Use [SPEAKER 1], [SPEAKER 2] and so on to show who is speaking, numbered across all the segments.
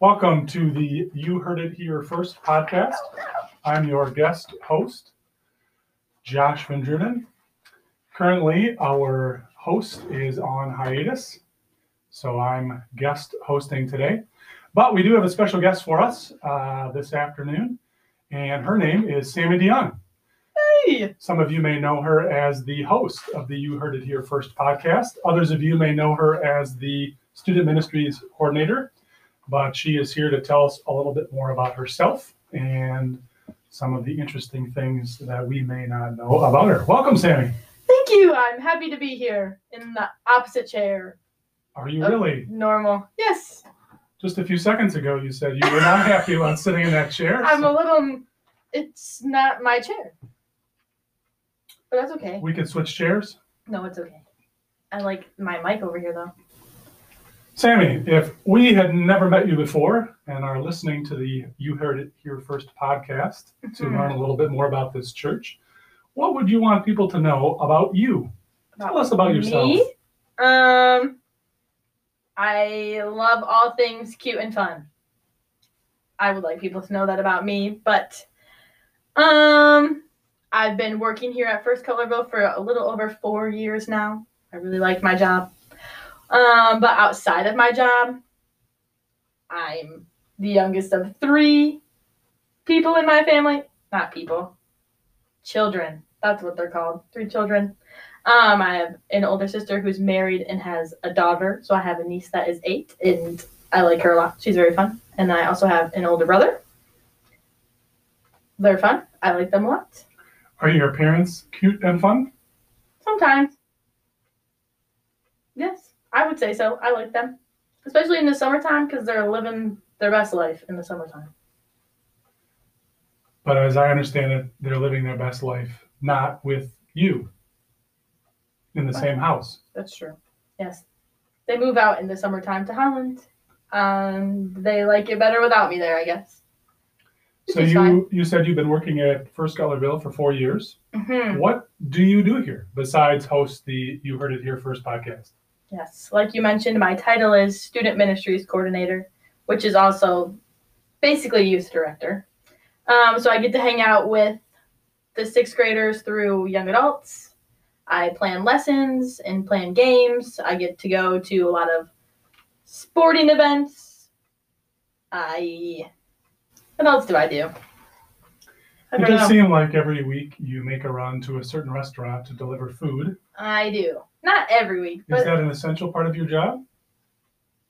[SPEAKER 1] Welcome to the You Heard It Here First podcast. I'm your guest host, Josh Van Drunen. Currently, our host is on hiatus, so I'm guest hosting today. But we do have a special guest for us uh, this afternoon, and her name is Sammy Dion.
[SPEAKER 2] Hey!
[SPEAKER 1] Some of you may know her as the host of the You Heard It Here First podcast. Others of you may know her as the student ministries coordinator, but she is here to tell us a little bit more about herself and some of the interesting things that we may not know about her. Welcome, Sammy.
[SPEAKER 2] Thank you. I'm happy to be here in the opposite chair.
[SPEAKER 1] Are you
[SPEAKER 2] Oh.
[SPEAKER 1] really?
[SPEAKER 2] Normal. Yes.
[SPEAKER 1] Just a few seconds ago, you said you were not happy about sitting in that chair.
[SPEAKER 2] I'm a
[SPEAKER 1] so
[SPEAKER 2] little. It's not my chair. But that's okay.
[SPEAKER 1] we could switch chairs.
[SPEAKER 2] No, it's okay. I like my mic over here though.
[SPEAKER 1] Sammy, if we had never met you before and are listening to the You Heard It Here First podcast to
[SPEAKER 2] Mhm.
[SPEAKER 1] learn a little bit more about this church, what would you want people to know about you? Tell us about yourself.
[SPEAKER 2] Me? Um. I love all things cute and fun. I would like people to know that about me, but um I've been working here at First Colorville for a little over 4 years now. I really like my job. Um but outside of my job, I'm the youngest of 3 people in my family, not people. Children. That's what they're called. 3 children. Um, I have an older sister who's married and has a daughter. So I have a niece that is eight, and I like her a lot. She's very fun. And I also have an older brother. They're fun. I like them a lot.
[SPEAKER 1] Are your parents cute and fun?
[SPEAKER 2] Sometimes. Yes, I would say so. I like them, especially in the summertime because they're living their best life in the summertime.
[SPEAKER 1] But as I understand it, they're living their best life not with you in the same house.
[SPEAKER 2] That's true. Yes. They move out in the summertime to Holland. Um, they like it better without me there, I guess. Which
[SPEAKER 1] So
[SPEAKER 2] is fine.
[SPEAKER 1] you you said you've been working at First Scholarville for 4 years.
[SPEAKER 2] Mhm.
[SPEAKER 1] What do you do here besides host the You Heard It Here First podcast?
[SPEAKER 2] Yes, like you mentioned, my title is Student Ministries Coordinator, which is also basically Youth Director. Um, so I get to hang out with the sixth graders through young adults. I plan lessons and plan games. I get to go to a lot of sporting events. I. What else do I do? I
[SPEAKER 1] It
[SPEAKER 2] don't know.
[SPEAKER 1] does seem like every week you make a run to a certain restaurant to deliver food.
[SPEAKER 2] I do. Not every week,
[SPEAKER 1] Is
[SPEAKER 2] but
[SPEAKER 1] that an essential part of your job?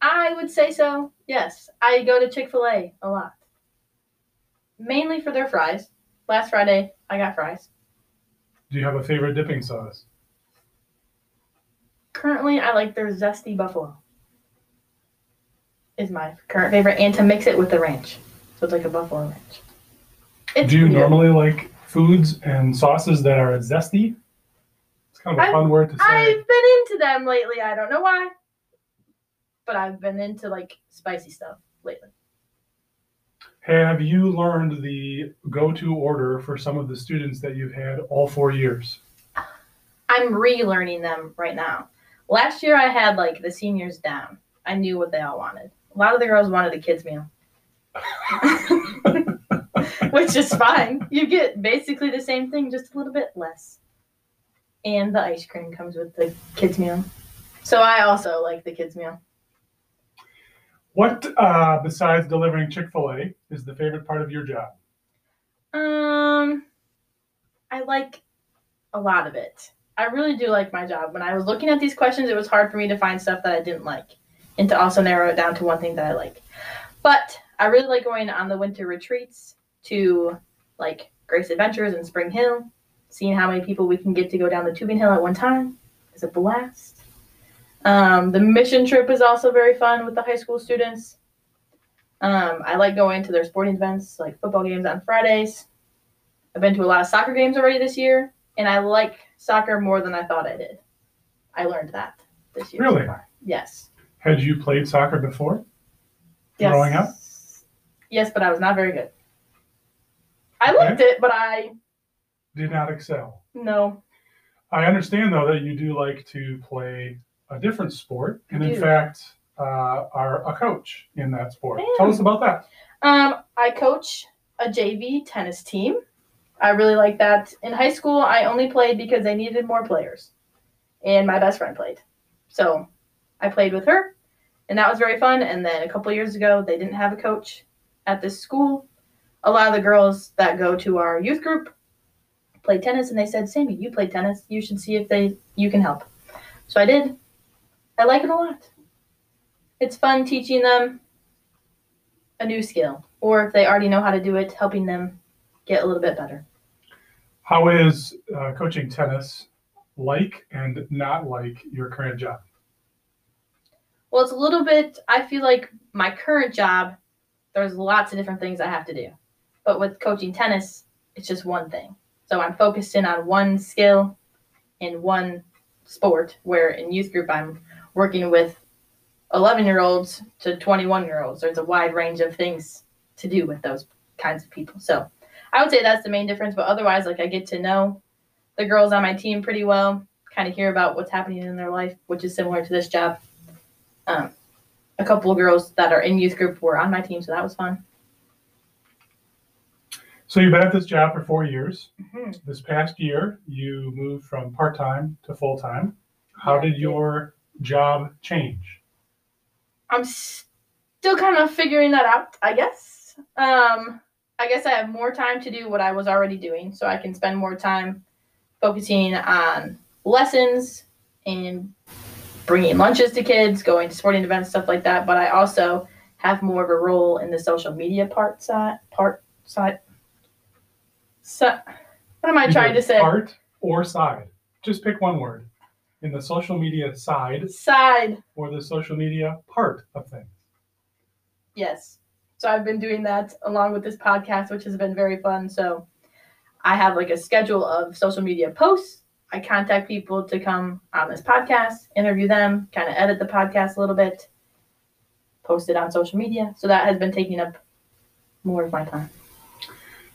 [SPEAKER 2] I would say so. Yes, I go to Chick Fil A a lot, mainly for their fries. Last Friday, I got fries.
[SPEAKER 1] Do you have a favorite dipping sauce?
[SPEAKER 2] Currently, I like their zesty buffalo. Is my current favorite, and to mix it with the ranch, so it's like a buffalo ranch. It's
[SPEAKER 1] do you
[SPEAKER 2] weird.
[SPEAKER 1] normally like foods and sauces that are zesty? It's kind of a
[SPEAKER 2] I-
[SPEAKER 1] fun word to say.
[SPEAKER 2] I've been into them lately. I don't know why, but I've been into like spicy stuff lately.
[SPEAKER 1] Have you learned the go-to order for some of the students that you've had all four years?
[SPEAKER 2] I'm relearning them right now. Last year I had like the seniors down. I knew what they all wanted. A lot of the girls wanted a kids meal. Which is fine. You get basically the same thing, just a little bit less. And the ice cream comes with the kids meal. So I also like the kids meal.
[SPEAKER 1] What, uh, besides delivering Chick-fil-A, is the favorite part of your job?
[SPEAKER 2] Um, I like a lot of it. I really do like my job. When I was looking at these questions, it was hard for me to find stuff that I didn't like and to also narrow it down to one thing that I like. But I really like going on the winter retreats to like Grace Adventures and Spring Hill, seeing how many people we can get to go down the tubing hill at one time is a blast. Um, the mission trip is also very fun with the high school students. Um, I like going to their sporting events, like football games on Fridays. I've been to a lot of soccer games already this year, and I like soccer more than I thought I did. I learned that this year. so
[SPEAKER 1] Really?
[SPEAKER 2] far. Yes.
[SPEAKER 1] Had you played soccer before? Growing up?
[SPEAKER 2] Yes, but I was not very good. I
[SPEAKER 1] Okay.
[SPEAKER 2] liked it, but I
[SPEAKER 1] Did not excel.
[SPEAKER 2] no.
[SPEAKER 1] I understand though that you do like to play a different sport, and
[SPEAKER 2] I
[SPEAKER 1] in
[SPEAKER 2] do.
[SPEAKER 1] fact, uh, are a coach in that sport.
[SPEAKER 2] Man.
[SPEAKER 1] Tell us about that.
[SPEAKER 2] Um, I coach a JV tennis team. I really like that. In high school, I only played because they needed more players, and my best friend played, so I played with her, and that was very fun. And then a couple years ago, they didn't have a coach at this school. A lot of the girls that go to our youth group play tennis, and they said, "Sammy, you play tennis. You should see if they you can help." So I did. I like it a lot. It's fun teaching them a new skill, or if they already know how to do it, helping them get a little bit better.
[SPEAKER 1] How is uh, coaching tennis like and not like your current job?
[SPEAKER 2] Well, it's a little bit, I feel like my current job, there's lots of different things I have to do. But with coaching tennis, it's just one thing. So I'm focused in on one skill in one sport, where in youth group, I'm working with 11 year olds to 21 year olds. There's a wide range of things to do with those kinds of people. So I would say that's the main difference. But otherwise, like I get to know the girls on my team pretty well, kind of hear about what's happening in their life, which is similar to this job. Um, a couple of girls that are in youth group were on my team, so that was fun.
[SPEAKER 1] So you've been at this job for four years.
[SPEAKER 2] Mm-hmm.
[SPEAKER 1] This past year, you moved from part time to full time. How did your job change?
[SPEAKER 2] I'm s- still kind of figuring that out, I guess. Um, I guess I have more time to do what I was already doing, so I can spend more time focusing on lessons and bringing lunches to kids, going to sporting events, stuff like that. But I also have more of a role in the social media part side. Part side. So, what am I trying
[SPEAKER 1] Either
[SPEAKER 2] to say?
[SPEAKER 1] Part or side? Just pick one word. In the social media side
[SPEAKER 2] Side.
[SPEAKER 1] or the social media part of things.
[SPEAKER 2] Yes. So I've been doing that along with this podcast, which has been very fun. So I have like a schedule of social media posts. I contact people to come on this podcast, interview them, kind of edit the podcast a little bit, post it on social media. So that has been taking up more of my time.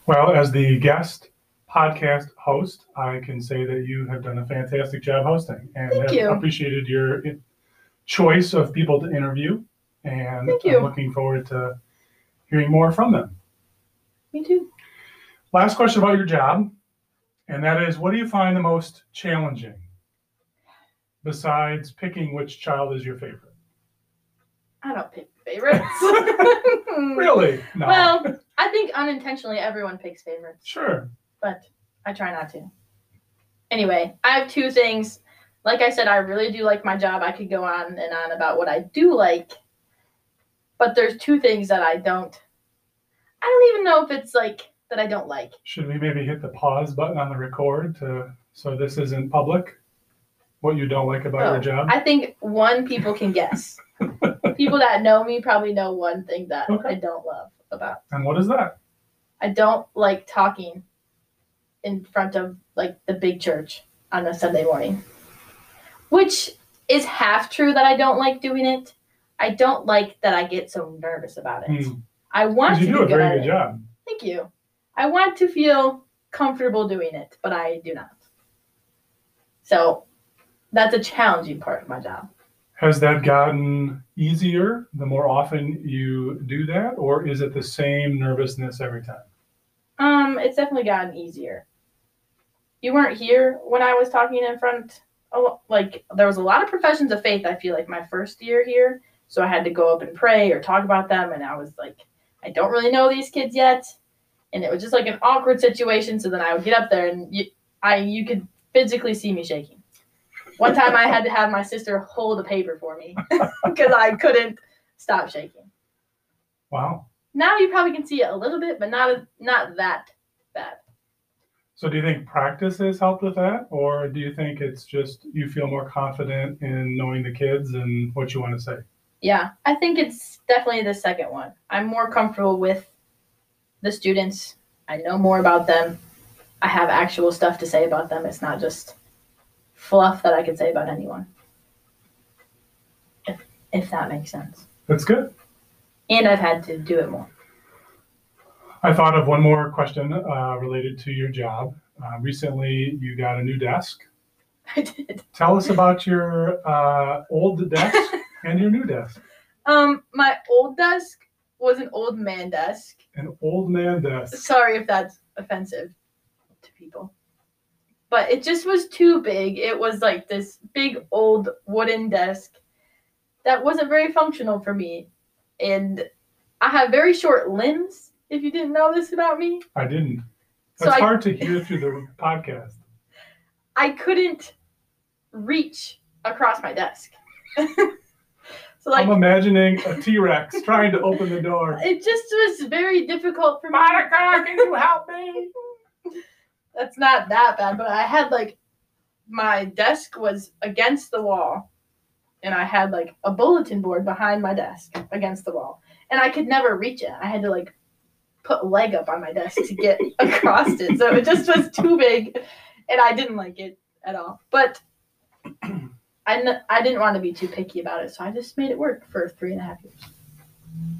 [SPEAKER 1] Well, as the guest podcast host, I can say that you have done a fantastic job hosting and
[SPEAKER 2] Thank
[SPEAKER 1] have
[SPEAKER 2] you.
[SPEAKER 1] appreciated your i- choice of people to interview. And
[SPEAKER 2] Thank you.
[SPEAKER 1] I'm looking forward to hearing more from them.
[SPEAKER 2] Me too.
[SPEAKER 1] Last question about your job, and that is what do you find the most challenging besides picking which child is your favorite?
[SPEAKER 2] I don't pick favorites.
[SPEAKER 1] Really? No.
[SPEAKER 2] well, I think unintentionally everyone picks favorites.
[SPEAKER 1] sure.
[SPEAKER 2] but I try not to. Anyway, I have two things. Like I said, I really do like my job. I could go on and on about what I do like, but there's two things that I don't. I don't even know if it's like that I don't like.
[SPEAKER 1] Should we maybe hit the pause button on the record to so this isn't public? What you don't like about
[SPEAKER 2] Oh,
[SPEAKER 1] your job?
[SPEAKER 2] I think one people can guess. people that know me probably know one thing that
[SPEAKER 1] Okay.
[SPEAKER 2] I don't love about.
[SPEAKER 1] And what is that?
[SPEAKER 2] I don't like talking in front of like the big church on a Sunday morning, which is half true that I don't like doing it. I don't like that I get so nervous about it.
[SPEAKER 1] Hmm.
[SPEAKER 2] I
[SPEAKER 1] 'Cause
[SPEAKER 2] want
[SPEAKER 1] You
[SPEAKER 2] to
[SPEAKER 1] do a
[SPEAKER 2] be good at
[SPEAKER 1] very good
[SPEAKER 2] it.
[SPEAKER 1] job.
[SPEAKER 2] Thank you. I want to feel comfortable doing it, but I do not. So that's a challenging part of my job.
[SPEAKER 1] Has that gotten easier the more often you do that, or is it the same nervousness every time?
[SPEAKER 2] Um, it's definitely gotten easier. You weren't here when I was talking in front. Oh, like there was a lot of professions of faith. I feel like my first year here, so I had to go up and pray or talk about them, and I was like, I don't really know these kids yet, and it was just like an awkward situation. So then I would get up there, and you, I, you could physically see me shaking. One time, I had to have my sister hold a paper for me because I couldn't stop shaking
[SPEAKER 1] Wow.
[SPEAKER 2] now you probably can see it a little bit, but not not that bad.
[SPEAKER 1] So do you think practice has helped with that, or do you think it's just you feel more confident in knowing the kids and what you want to say?
[SPEAKER 2] Yeah, I think it's definitely the second one. I'm more comfortable with the students. I know more about them. I have actual stuff to say about them. It's not just fluff that I could say about anyone. If, if that makes sense.
[SPEAKER 1] That's good.
[SPEAKER 2] And I've had to do it more.
[SPEAKER 1] I thought of one more question uh, related to your job. Uh, recently, you got a new desk.
[SPEAKER 2] I did.
[SPEAKER 1] Tell us about your uh, old desk and your new desk?
[SPEAKER 2] Um, my old desk was an old man desk.
[SPEAKER 1] An old man desk.
[SPEAKER 2] Sorry if that's offensive to people. But it just was too big. It was like this big old wooden desk that wasn't very functional for me. And I have very short limbs, if you didn't know this about me.
[SPEAKER 1] I didn't.
[SPEAKER 2] So
[SPEAKER 1] That's
[SPEAKER 2] I,
[SPEAKER 1] hard to hear through the podcast.
[SPEAKER 2] I couldn't reach across my desk. so, like,
[SPEAKER 1] I'm imagining a T Rex trying to open the door.
[SPEAKER 2] it just was very difficult for me.
[SPEAKER 1] can you help me?
[SPEAKER 2] that's not that bad, but I had like my desk was against the wall and I had like a bulletin board behind my desk against the wall. And I could never reach it. I had to like put a leg up on my desk to get across it. So it just was too big and I didn't like it at all. But I n- I didn't want to be too picky about it, so I just made it work for three and a half years.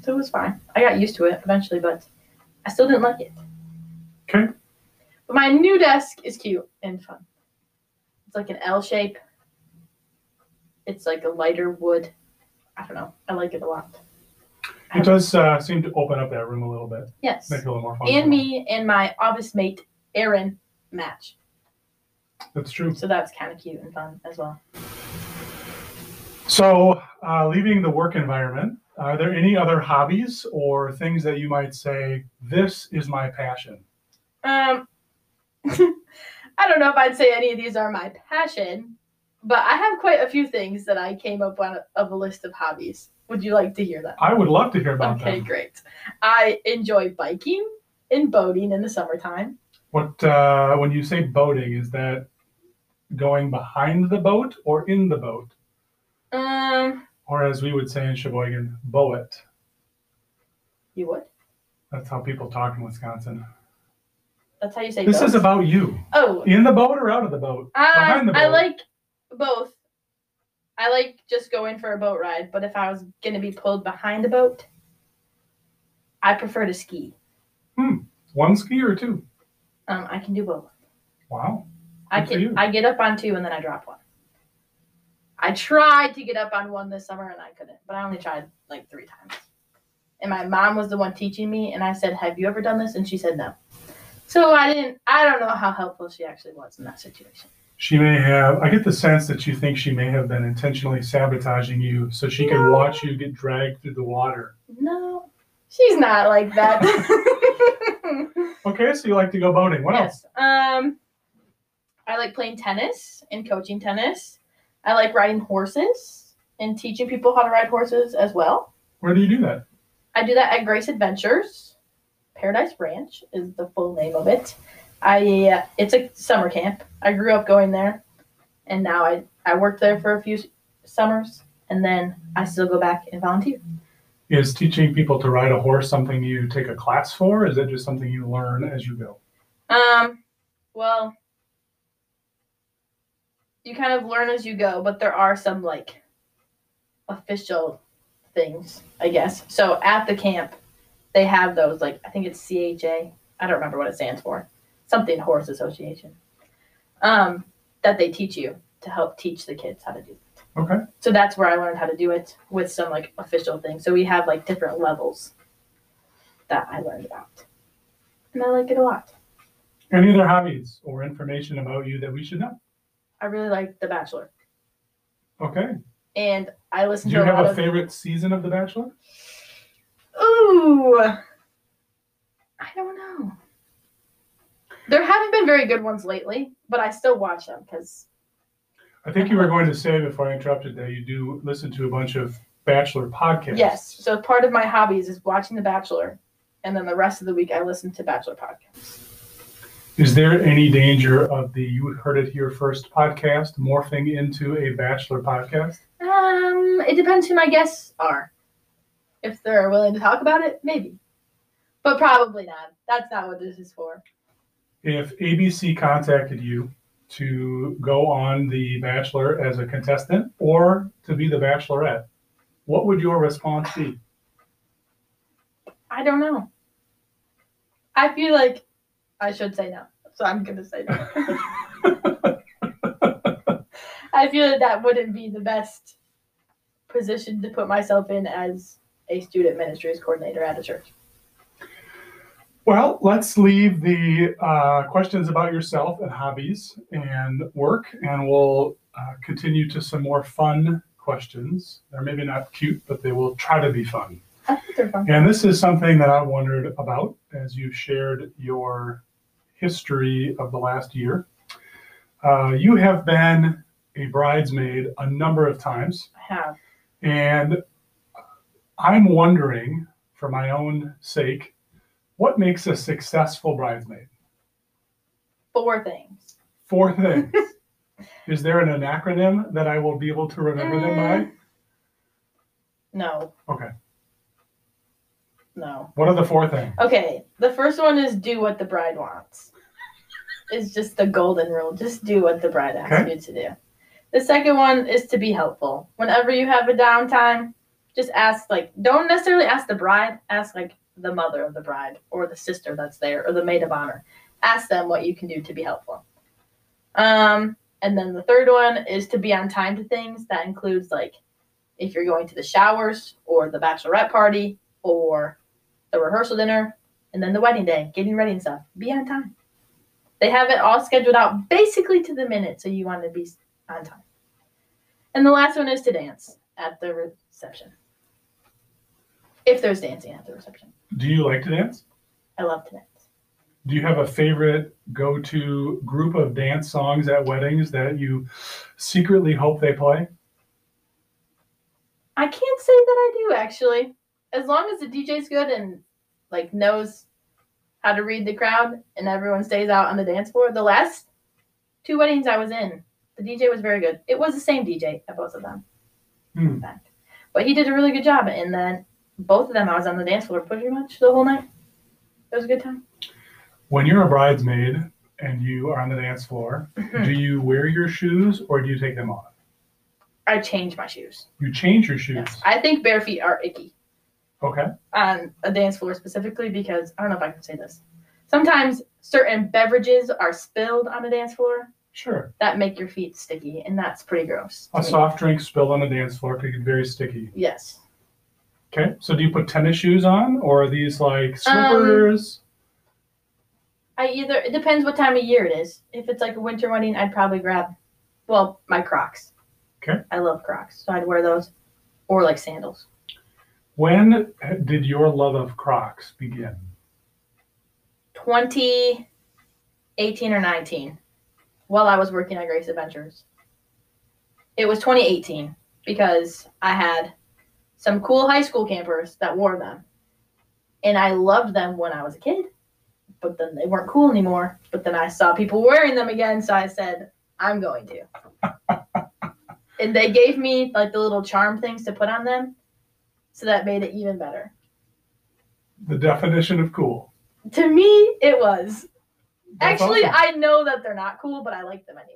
[SPEAKER 2] So it was fine. I got used to it eventually, but I still didn't like it.
[SPEAKER 1] Okay.
[SPEAKER 2] But my new desk is cute and fun. It's like an L shape. It's like a lighter wood. I don't know. I like it a lot.
[SPEAKER 1] It does uh, seem to open up that room a little bit,
[SPEAKER 2] Yes.
[SPEAKER 1] make it a little more fun.
[SPEAKER 2] And me and my office mate Aaron match.
[SPEAKER 1] That's true.
[SPEAKER 2] So that's kind of cute and fun as well.
[SPEAKER 1] So, uh, leaving the work environment, are there any other hobbies or things that you might say, this is my passion?
[SPEAKER 2] Um, I don't know if I'd say any of these are my passion, but I have quite a few things that I came up on of a list of hobbies. Would you like to hear them?
[SPEAKER 1] I would love to hear about
[SPEAKER 2] Okay,
[SPEAKER 1] them.
[SPEAKER 2] great. I enjoy biking and boating in the summertime.
[SPEAKER 1] What, uh, when you say boating, is that going behind the boat or in the boat?
[SPEAKER 2] Um,
[SPEAKER 1] Or as we would say in Sheboygan, bow it.
[SPEAKER 2] you would?
[SPEAKER 1] That's how people talk in Wisconsin.
[SPEAKER 2] That's how you say.
[SPEAKER 1] This
[SPEAKER 2] boat?
[SPEAKER 1] is about you.
[SPEAKER 2] Oh,
[SPEAKER 1] In the boat or out of the boat?
[SPEAKER 2] I,
[SPEAKER 1] Behind the
[SPEAKER 2] I
[SPEAKER 1] boat.
[SPEAKER 2] like both. I like just going for a boat ride, but if I was gonna be pulled behind a boat, I prefer to ski.
[SPEAKER 1] One ski or two?
[SPEAKER 2] Um, I can do both.
[SPEAKER 1] Wow.
[SPEAKER 2] I
[SPEAKER 1] Good for you.
[SPEAKER 2] can. I get up on two and then I drop one. I tried to get up on one this summer and I couldn't, but I only tried like three times. And my mom was the one teaching me, and I said, "Have you ever done this?" And she said, "No." So I didn't. I don't know how helpful she actually was in that situation.
[SPEAKER 1] She may have, I get the sense that you think she may have been intentionally sabotaging you so she could
[SPEAKER 2] No.
[SPEAKER 1] watch you get dragged through the water.
[SPEAKER 2] No, she's not like that.
[SPEAKER 1] Okay, so you like to go boating. What else?
[SPEAKER 2] yes. Um, I like playing tennis and coaching tennis. I like riding horses and teaching people how to ride horses as well.
[SPEAKER 1] Where do you do that?
[SPEAKER 2] I do that at Grace Adventures. Paradise Ranch is the full name of it. I uh, it's a summer camp. I grew up going there, and now I I worked there for a few s- summers, and then I still go back and volunteer.
[SPEAKER 1] Is teaching people to ride a horse something you take a class for? Or is it just something you learn as you go?
[SPEAKER 2] Um, well, you kind of learn as you go, but there are some like official things, I guess. So at the camp, they have those like I think it's CHA. I don't remember what it stands for. Something horse association. Um, that they teach you to help teach the kids how to do. it.
[SPEAKER 1] Okay.
[SPEAKER 2] So that's where I learned how to do it with some like official things. So we have like different levels that I learned about. And I like it a lot.
[SPEAKER 1] Any other hobbies or information about you that we should know?
[SPEAKER 2] I really like The Bachelor,
[SPEAKER 1] Okay.
[SPEAKER 2] and I listen
[SPEAKER 1] Do you
[SPEAKER 2] to a lot
[SPEAKER 1] have a
[SPEAKER 2] of.
[SPEAKER 1] favorite season of The Bachelor?
[SPEAKER 2] Ooh, I don't know. There haven't been very good ones lately, but I still watch them because
[SPEAKER 1] I think you were going to say before I interrupted that you do listen to a bunch of Bachelor podcasts.
[SPEAKER 2] yes. So part of my hobbies is watching The Bachelor, and then the rest of the week I listen to Bachelor podcasts.
[SPEAKER 1] Is there any danger of the You Heard It Here First podcast morphing into a Bachelor podcast?
[SPEAKER 2] Um, it depends who my guests are. If they're willing to talk about it, maybe, but probably not. That's not what this is for.
[SPEAKER 1] If ABC contacted you to go on The Bachelor as a contestant or to be The Bachelorette, what would your response be?
[SPEAKER 2] I don't know. I feel like I should say no, so I'm gonna say no. I feel that that wouldn't be the best position to put myself in as a student ministries coordinator at a church.
[SPEAKER 1] Well, let's leave the uh, questions about yourself and hobbies and work, and we'll uh, continue to some more fun questions. They're maybe not cute, but they will try to be fun.
[SPEAKER 2] I think they're fun.
[SPEAKER 1] And this is something that I wondered about as you shared your history of the last year. Uh, you have been a bridesmaid a number of times,
[SPEAKER 2] I have.
[SPEAKER 1] and I'm wondering, for my own sake, what makes a successful bridesmaid?
[SPEAKER 2] Four things.
[SPEAKER 1] Four things. is there an acronym that I will be able to remember them
[SPEAKER 2] Uh.
[SPEAKER 1] by?
[SPEAKER 2] No.
[SPEAKER 1] Okay.
[SPEAKER 2] No.
[SPEAKER 1] What are the four things?
[SPEAKER 2] Okay. The first one is do what the bride wants. It's just the golden rule. Just do what the bride asks
[SPEAKER 1] Okay.
[SPEAKER 2] you to do. The second one is to be helpful. Whenever you have a downtime, just ask like don't necessarily ask the bride, ask like the mother of the bride or the sister that's there or the maid of honor. Ask them what you can do to be helpful. Um and then the third one is to be on time to things. That includes like if you're going to the showers or the bachelorette party or the rehearsal dinner and then the wedding day, getting ready and stuff. Be on time. They have it all scheduled out basically to the minute, so you want to be on time. And the last one is to dance at the reception. If there's dancing at the reception,
[SPEAKER 1] Do you like to dance?
[SPEAKER 2] I love to dance.
[SPEAKER 1] Do you have a favorite go to group of dance songs at weddings that you secretly hope they play?
[SPEAKER 2] I can't say that I do actually. As long as the DJ's good and like knows how to read the crowd and everyone stays out on the dance floor. The last two weddings I was in, the DJ was very good. It was the same DJ at both of them.
[SPEAKER 1] Hmm.
[SPEAKER 2] In fact. But he did a really good job and then both of them I was on the dance floor pretty much the whole night. It was a good time.
[SPEAKER 1] When you're a bridesmaid and you are on the dance floor,
[SPEAKER 2] Hmm.
[SPEAKER 1] do you wear your shoes or do you take them off?
[SPEAKER 2] I changed my shoes.
[SPEAKER 1] You change your shoes.
[SPEAKER 2] Yes. I think bare feet are icky.
[SPEAKER 1] Okay.
[SPEAKER 2] on a dance floor specifically because I don't know if I can say this. Sometimes certain beverages are spilled on the dance floor
[SPEAKER 1] Sure.
[SPEAKER 2] that make your feet sticky, and that's pretty gross. to
[SPEAKER 1] A
[SPEAKER 2] me.
[SPEAKER 1] soft drink spilled on the dance floor could get very sticky.
[SPEAKER 2] Yes.
[SPEAKER 1] Okay. So do you put tennis shoes on or are these like
[SPEAKER 2] Um,
[SPEAKER 1] slippers?
[SPEAKER 2] I either it depends what time of year it is. If it's like a winter wedding, I'd probably grab, well, my Crocs.
[SPEAKER 1] Okay.
[SPEAKER 2] I love Crocs, so I'd wear those, or like sandals.
[SPEAKER 1] when did your love of Crocs begin?
[SPEAKER 2] 20, 18 or nineteen, while I was working at Grace Adventures. It was 2018 because I had some cool high school campers that wore them. And I loved them when I was a kid, but then they weren't cool anymore. But then I saw people wearing them again, so I said, I'm going to. and they gave me like the little charm things to put on them, so that made it even better.
[SPEAKER 1] The definition of cool.
[SPEAKER 2] To me, it was.
[SPEAKER 1] That's
[SPEAKER 2] Actually,
[SPEAKER 1] awesome.
[SPEAKER 2] I know that they're not cool, but I like them anyway.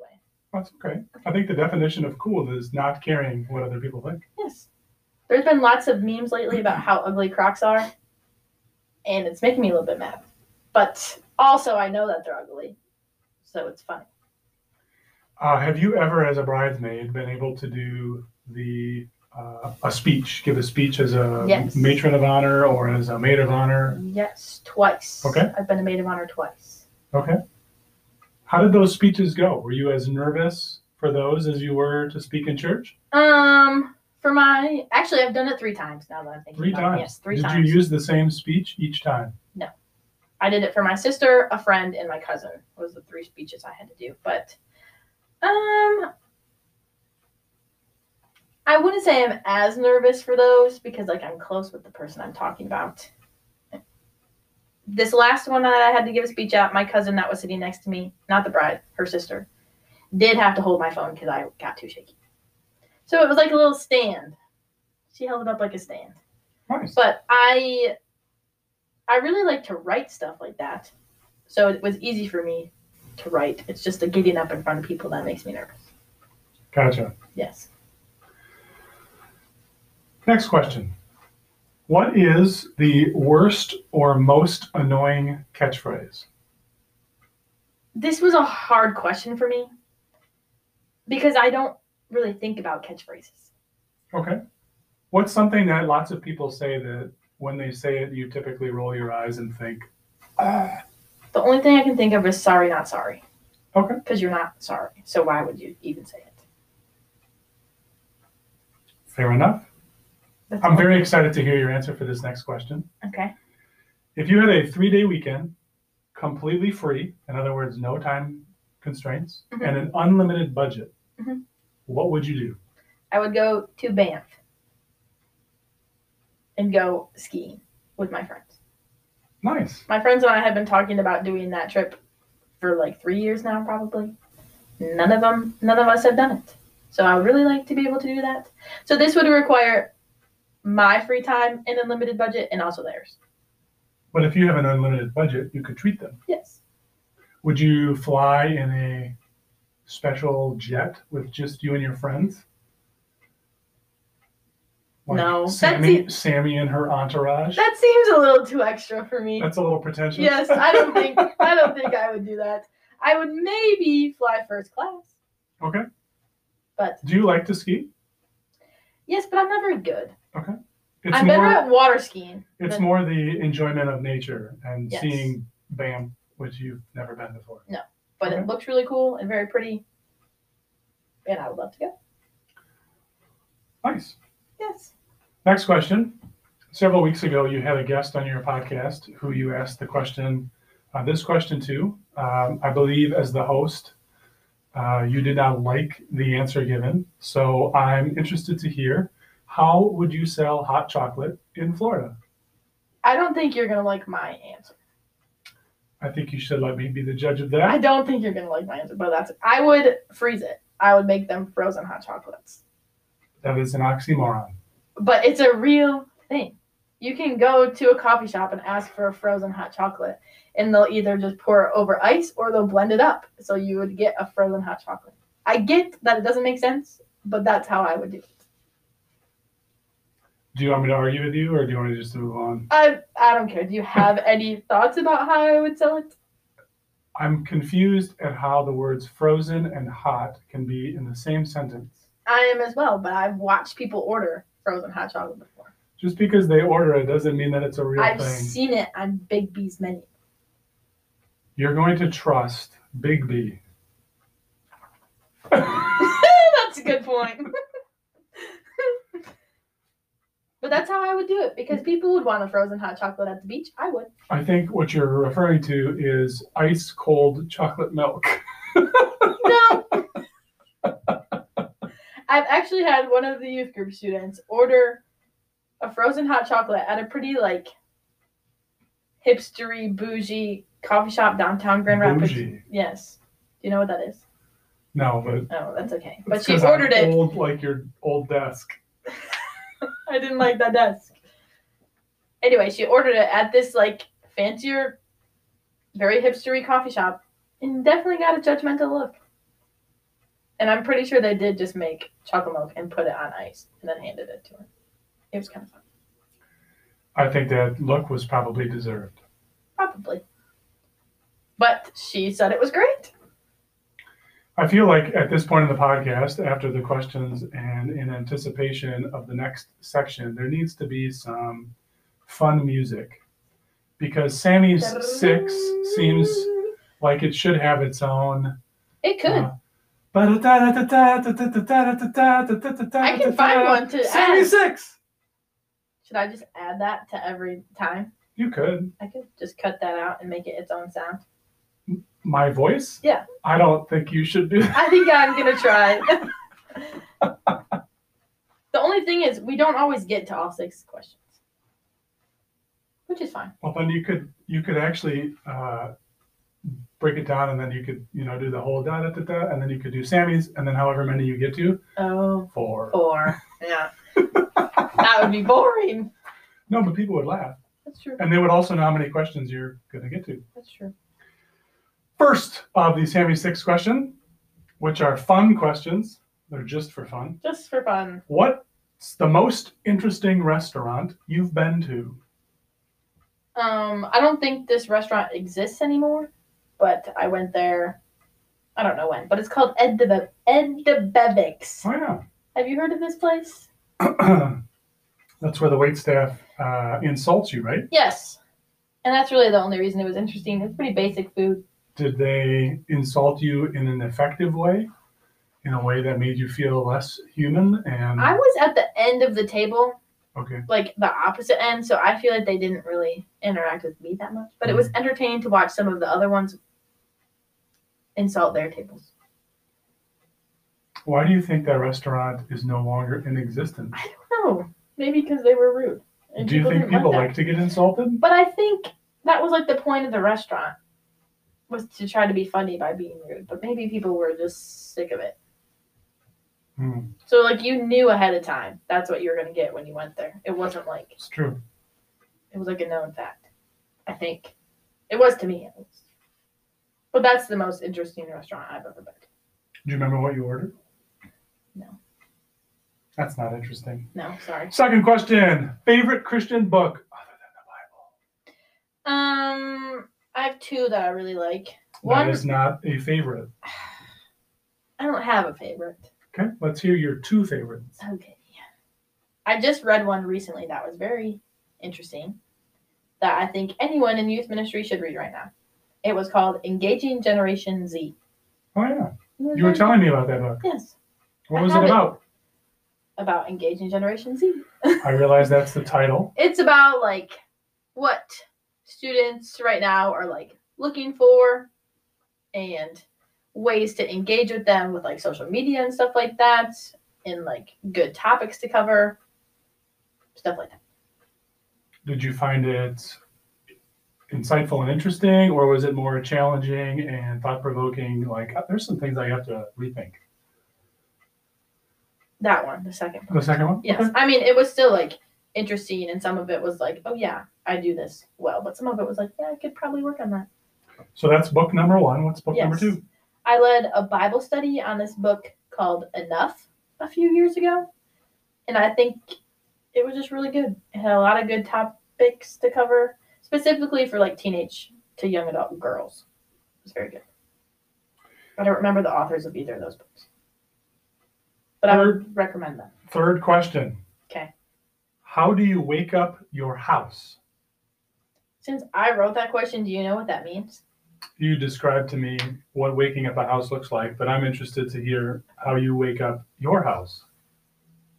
[SPEAKER 1] That's okay. I think the definition of cool is not caring what other people think.
[SPEAKER 2] Yes. There's been lots of memes lately about how ugly Crocs are, and it's making me a little bit mad. But also, I know that they're ugly, so it's funny.
[SPEAKER 1] Uh, have you ever, as a bridesmaid, been able to do the uh, a speech, give a speech as a
[SPEAKER 2] Yes.
[SPEAKER 1] matron of honor or as a maid of honor?
[SPEAKER 2] Yes, twice.
[SPEAKER 1] Okay.
[SPEAKER 2] I've been a maid of honor twice.
[SPEAKER 1] Okay. How did those speeches go? Were you as nervous for those as you were to speak in church?
[SPEAKER 2] Um, for my actually, I've done it three times now that I'm thinking.
[SPEAKER 1] Three
[SPEAKER 2] about
[SPEAKER 1] times.
[SPEAKER 2] It. Uh, Yes, three
[SPEAKER 1] did
[SPEAKER 2] times.
[SPEAKER 1] you use the same speech each time?
[SPEAKER 2] I did it for my sister, a friend, and my cousin. Was the three speeches I had to do. But um I wouldn't say I'm as nervous for those because like I'm close with the person I'm talking about. This last one that I had to give a speech at, my cousin that was sitting next to me, not the bride, her sister, did have to hold my phone because I got too shaky. So it was like a little stand. She held it up like a stand
[SPEAKER 1] Nice.
[SPEAKER 2] but i i really like to write stuff like that so it was easy for me to write it's just the getting up in front of people that makes me nervous
[SPEAKER 1] Gotcha.
[SPEAKER 2] yes
[SPEAKER 1] Next question. What is the worst or most annoying catchphrase?
[SPEAKER 2] this was a hard question for me because i don't really think about catchphrases
[SPEAKER 1] Okay. What's something that lots of people say that when they say it, you typically roll your eyes and think, ah,
[SPEAKER 2] The only thing I can think of is sorry, not sorry.
[SPEAKER 1] Okay.
[SPEAKER 2] Because you're not sorry. So why would you even say it?
[SPEAKER 1] fair enough?
[SPEAKER 2] That's
[SPEAKER 1] I'm
[SPEAKER 2] all.
[SPEAKER 1] very excited to hear your answer for this next question.
[SPEAKER 2] Okay.
[SPEAKER 1] If you had a three day weekend, completely free, in other words, no time constraints,
[SPEAKER 2] Mhm.
[SPEAKER 1] and an unlimited budget,
[SPEAKER 2] Mhm.
[SPEAKER 1] what would you do?
[SPEAKER 2] I would go to Banff and go skiing with my friends.
[SPEAKER 1] Nice.
[SPEAKER 2] My friends and I have been talking about doing that trip for like three years now, probably. None of them, none of us have done it. So I would really like to be able to do that. So this would require my free time and unlimited budget, and also theirs.
[SPEAKER 1] But if you have an unlimited budget, you could treat them.
[SPEAKER 2] Yes.
[SPEAKER 1] Would you fly in a special jet with just you and your friends?
[SPEAKER 2] No, that
[SPEAKER 1] Sammy,
[SPEAKER 2] seems-
[SPEAKER 1] Sammy and her entourage.
[SPEAKER 2] That seems a little too extra for me.
[SPEAKER 1] That's a little pretentious.
[SPEAKER 2] Yes, I don't think I don't think I would do that. I would maybe fly first class.
[SPEAKER 1] okay.
[SPEAKER 2] But-
[SPEAKER 1] do you like to ski?
[SPEAKER 2] Yes, but I'm not very good.
[SPEAKER 1] It's
[SPEAKER 2] I'm
[SPEAKER 1] more
[SPEAKER 2] better at water skiing.
[SPEAKER 1] it's
[SPEAKER 2] than-
[SPEAKER 1] more the enjoyment of nature and
[SPEAKER 2] Yes.
[SPEAKER 1] seeing Bam, which you've never been before.
[SPEAKER 2] but
[SPEAKER 1] Okay.
[SPEAKER 2] it looks really cool and very pretty. And I would love to go.
[SPEAKER 1] Nice.
[SPEAKER 2] Yes.
[SPEAKER 1] Next question. Several weeks ago, you had a guest on your podcast who you asked the question, uh, this question too. Um, I believe, as the host, uh, you did not like the answer given. So I'm interested to hear how would you sell hot chocolate in Florida?
[SPEAKER 2] I don't think you're gonna like my answer.
[SPEAKER 1] I think you should let me be the judge of
[SPEAKER 2] I
[SPEAKER 1] that.
[SPEAKER 2] don't think you're gonna like my answer, but that's I would freeze it. I would make them frozen hot chocolates.
[SPEAKER 1] That is an oxymoron.
[SPEAKER 2] But it's a real thing. You can go to a coffee shop and ask for a frozen hot chocolate, and they'll either just pour it over ice or they'll blend it up. So you would get a frozen hot chocolate. I get that it doesn't make sense, but that's how I would do it.
[SPEAKER 1] Do you want me to argue with you or do you want me just to move on?
[SPEAKER 2] I I don't care. Do you have any thoughts about how I would sell it?
[SPEAKER 1] I'm confused at how the words frozen and hot can be in the same sentence.
[SPEAKER 2] I am as well, but I've watched people order frozen hot chocolate before.
[SPEAKER 1] Just because they order it doesn't mean that it's a real
[SPEAKER 2] I've
[SPEAKER 1] thing.
[SPEAKER 2] seen it on Big B's menu.
[SPEAKER 1] You're going to trust Big B.
[SPEAKER 2] that's a good point. but that's how I would do it because people would want a frozen hot chocolate at the beach. I would.
[SPEAKER 1] I think what you're referring to is ice cold chocolate milk.
[SPEAKER 2] No. I've actually had one of the youth group students order a frozen hot chocolate at a pretty like hipstery bougie coffee shop downtown Grand Rapids.
[SPEAKER 1] Bougie.
[SPEAKER 2] Yes. Do you know what that is?
[SPEAKER 1] No, but
[SPEAKER 2] Oh, that's okay.
[SPEAKER 1] it's
[SPEAKER 2] But she
[SPEAKER 1] 'cause I'm
[SPEAKER 2] ordered it.
[SPEAKER 1] Old like your old desk.
[SPEAKER 2] I didn't like that desk. Anyway, she ordered it at this like fancier, very hipstery coffee shop, and definitely got a judgmental look. And I'm pretty sure they did just make chocolate milk and put it on ice and then handed it to her. It was kind of fun,
[SPEAKER 1] I think that look was probably deserved.
[SPEAKER 2] probably. But she said it was great.
[SPEAKER 1] I feel like at this point in the podcast, after the questions and in anticipation of the next section, there needs to be some fun music because Sammy's six seems like it should have its own
[SPEAKER 2] It could.
[SPEAKER 1] uh, I
[SPEAKER 2] I can find one to add.
[SPEAKER 1] Seventy-six.
[SPEAKER 2] Should I just add that to every time?
[SPEAKER 1] You could.
[SPEAKER 2] I could just cut that out and make it its own sound.
[SPEAKER 1] My voice?
[SPEAKER 2] Yeah.
[SPEAKER 1] I don't think you should do that.
[SPEAKER 2] I think I'm gonna try. the only thing is, we don't always get to all six questions, which is fine.
[SPEAKER 1] Well, then you could you could actually uh, break it down, and then you could you know do the whole da da da da, and then you could do Sammy's, and then however many you get to
[SPEAKER 2] Oh,
[SPEAKER 1] four.
[SPEAKER 2] four. Yeah, that would be boring.
[SPEAKER 1] No, but people would laugh,
[SPEAKER 2] That's true.
[SPEAKER 1] and they would also know how many questions you're gonna get to.
[SPEAKER 2] That's true.
[SPEAKER 1] First of the Sammy six question, which are fun questions. They're just for fun.
[SPEAKER 2] Just for fun.
[SPEAKER 1] What's the most interesting restaurant you've been to?
[SPEAKER 2] Um, I don't think this restaurant exists anymore, but I went there. I don't know when, but it's called Ed the Ed the Bevics.
[SPEAKER 1] Oh
[SPEAKER 2] Have you heard of this place?
[SPEAKER 1] yeah. That's where the waitstaff uh, insults you, right?
[SPEAKER 2] Yes. And that's really the only reason it was interesting. It's pretty basic food.
[SPEAKER 1] Did they insult you in an effective way? In a way that made you feel less human and
[SPEAKER 2] I was at the end of the table,
[SPEAKER 1] okay.
[SPEAKER 2] like the opposite end, so I feel like they didn't really interact with me that much. But it
[SPEAKER 1] Mm.
[SPEAKER 2] was entertaining to watch some of the other ones insult their tables.
[SPEAKER 1] Why do you think that restaurant is no longer in existence?
[SPEAKER 2] I don't know. Maybe because they were rude. and
[SPEAKER 1] Do you think
[SPEAKER 2] didn't
[SPEAKER 1] people
[SPEAKER 2] that.
[SPEAKER 1] like to get insulted?
[SPEAKER 2] But I think that was like the point of the restaurant was to try to be funny by being rude. But maybe people were just sick of it.
[SPEAKER 1] Hmm,
[SPEAKER 2] So like you knew ahead of time that's what you were gonna get when you went there. It wasn't like
[SPEAKER 1] it's true.
[SPEAKER 2] it was like a known fact. I think it was to me at least. But that's the most interesting restaurant I've ever been. to.
[SPEAKER 1] Do you remember what you ordered?
[SPEAKER 2] No.
[SPEAKER 1] That's not interesting.
[SPEAKER 2] No, sorry.
[SPEAKER 1] Second question Favorite Christian book other than the Bible?
[SPEAKER 2] Um, I have two that I really like.
[SPEAKER 1] That
[SPEAKER 2] One,
[SPEAKER 1] is not a favorite.
[SPEAKER 2] I don't have a favorite.
[SPEAKER 1] Okay, let's hear your two favorites.
[SPEAKER 2] Okay. I just read one recently that was very interesting. That I think anyone in youth ministry should read right now. It was called Engaging Generation Z.
[SPEAKER 1] Oh, yeah.
[SPEAKER 2] It was
[SPEAKER 1] You were
[SPEAKER 2] very-
[SPEAKER 1] telling me about that book.
[SPEAKER 2] yes
[SPEAKER 1] What
[SPEAKER 2] I
[SPEAKER 1] was it
[SPEAKER 2] have it.
[SPEAKER 1] about?
[SPEAKER 2] about engaging Generation Z.
[SPEAKER 1] I realize that's the title.
[SPEAKER 2] it's about like what students right now are like looking for and ways to engage with them with like social media and stuff like that and like good topics to cover stuff like that
[SPEAKER 1] Did you find it insightful and interesting, or was it more challenging and thought provoking? Like, "Oh, there's some things I have to rethink.
[SPEAKER 2] that one the second
[SPEAKER 1] The second one?
[SPEAKER 2] yes i mean it was still like interesting and some of it was like oh yeah i do this well but some of it was like yeah i could probably work on that
[SPEAKER 1] So that's book number one. What's book number
[SPEAKER 2] Yes.
[SPEAKER 1] two?
[SPEAKER 2] I led a Bible study on this book called Enough a few years ago. And I think it was just really good. It had a lot of good topics to cover, specifically for like teenage to young adult girls. It was very good. I don't remember the authors of either of those books. But I would recommend them.
[SPEAKER 1] Third question.
[SPEAKER 2] Okay.
[SPEAKER 1] How do you wake up your house?
[SPEAKER 2] Since I wrote that question, do you know what that means?
[SPEAKER 1] You described to me what waking up a house looks like, but I'm interested to hear how you wake up your house.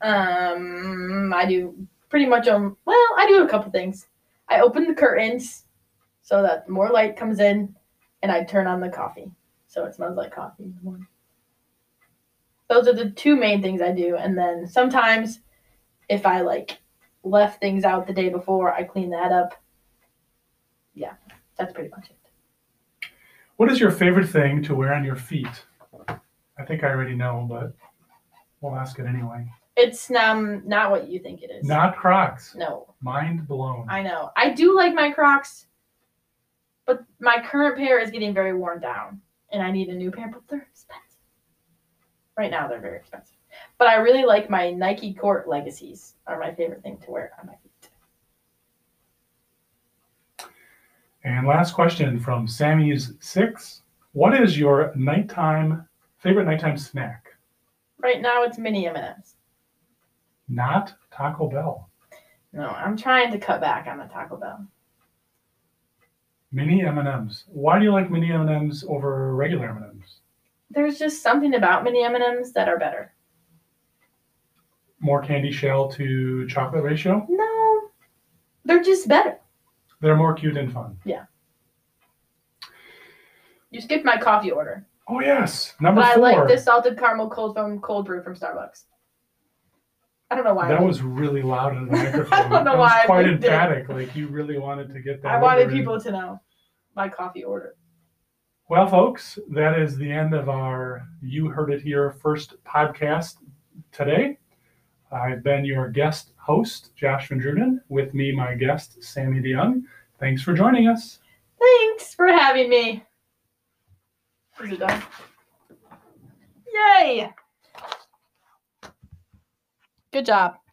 [SPEAKER 2] Um, I do pretty much um. Well, I do a couple things. I open the curtains so that more light comes in, and I turn on the coffee so it smells like coffee in the morning. Those are the two main things I do, and then sometimes if I like left things out the day before, I clean that up. Yeah, that's pretty much it.
[SPEAKER 1] What is your favorite thing to wear on your feet? I think I already know, but we'll ask it anyway.
[SPEAKER 2] It's um not what you think it is.
[SPEAKER 1] Not Crocs.
[SPEAKER 2] No.
[SPEAKER 1] Mind blown.
[SPEAKER 2] I know. I do like my Crocs, but my current pair is getting very worn down, and I need a new pair, but they're expensive. Right now, they're very expensive. But I really like my Nike Court Legacies. Are my favorite thing to wear on my feet.
[SPEAKER 1] And last question from Sammy's Six. What is your nighttime favorite nighttime snack?
[SPEAKER 2] Right now, it's mini M&Ms.
[SPEAKER 1] Not Taco Bell.
[SPEAKER 2] No, I'm trying to cut back on the Taco Bell.
[SPEAKER 1] Mini M&Ms. Why do you like mini M&Ms over regular M&Ms?
[SPEAKER 2] There's just something about mini M&Ms that are better.
[SPEAKER 1] More candy shell to chocolate ratio.
[SPEAKER 2] No, they're just better.
[SPEAKER 1] They're more cute and fun.
[SPEAKER 2] You skipped my coffee order,
[SPEAKER 1] Oh yes, number
[SPEAKER 2] but I
[SPEAKER 1] four.
[SPEAKER 2] like this salted caramel cold foam cold brew from Starbucks. I don't know why. I
[SPEAKER 1] That
[SPEAKER 2] like
[SPEAKER 1] was really loud in the
[SPEAKER 2] I don't
[SPEAKER 1] microphone.
[SPEAKER 2] know
[SPEAKER 1] That was
[SPEAKER 2] why I
[SPEAKER 1] quite
[SPEAKER 2] picked it.
[SPEAKER 1] emphatic. Like you really wanted to get that.
[SPEAKER 2] I wanted
[SPEAKER 1] over in.
[SPEAKER 2] people to know my coffee order.
[SPEAKER 1] Well, folks, that is the end of our You Heard It Here first podcast today. I've been your guest host, Josh Van Druden. With me, my guest, Sammy DeYoung. Thanks for joining us.
[SPEAKER 2] Thanks for having me. Is it done? Yay! Good job.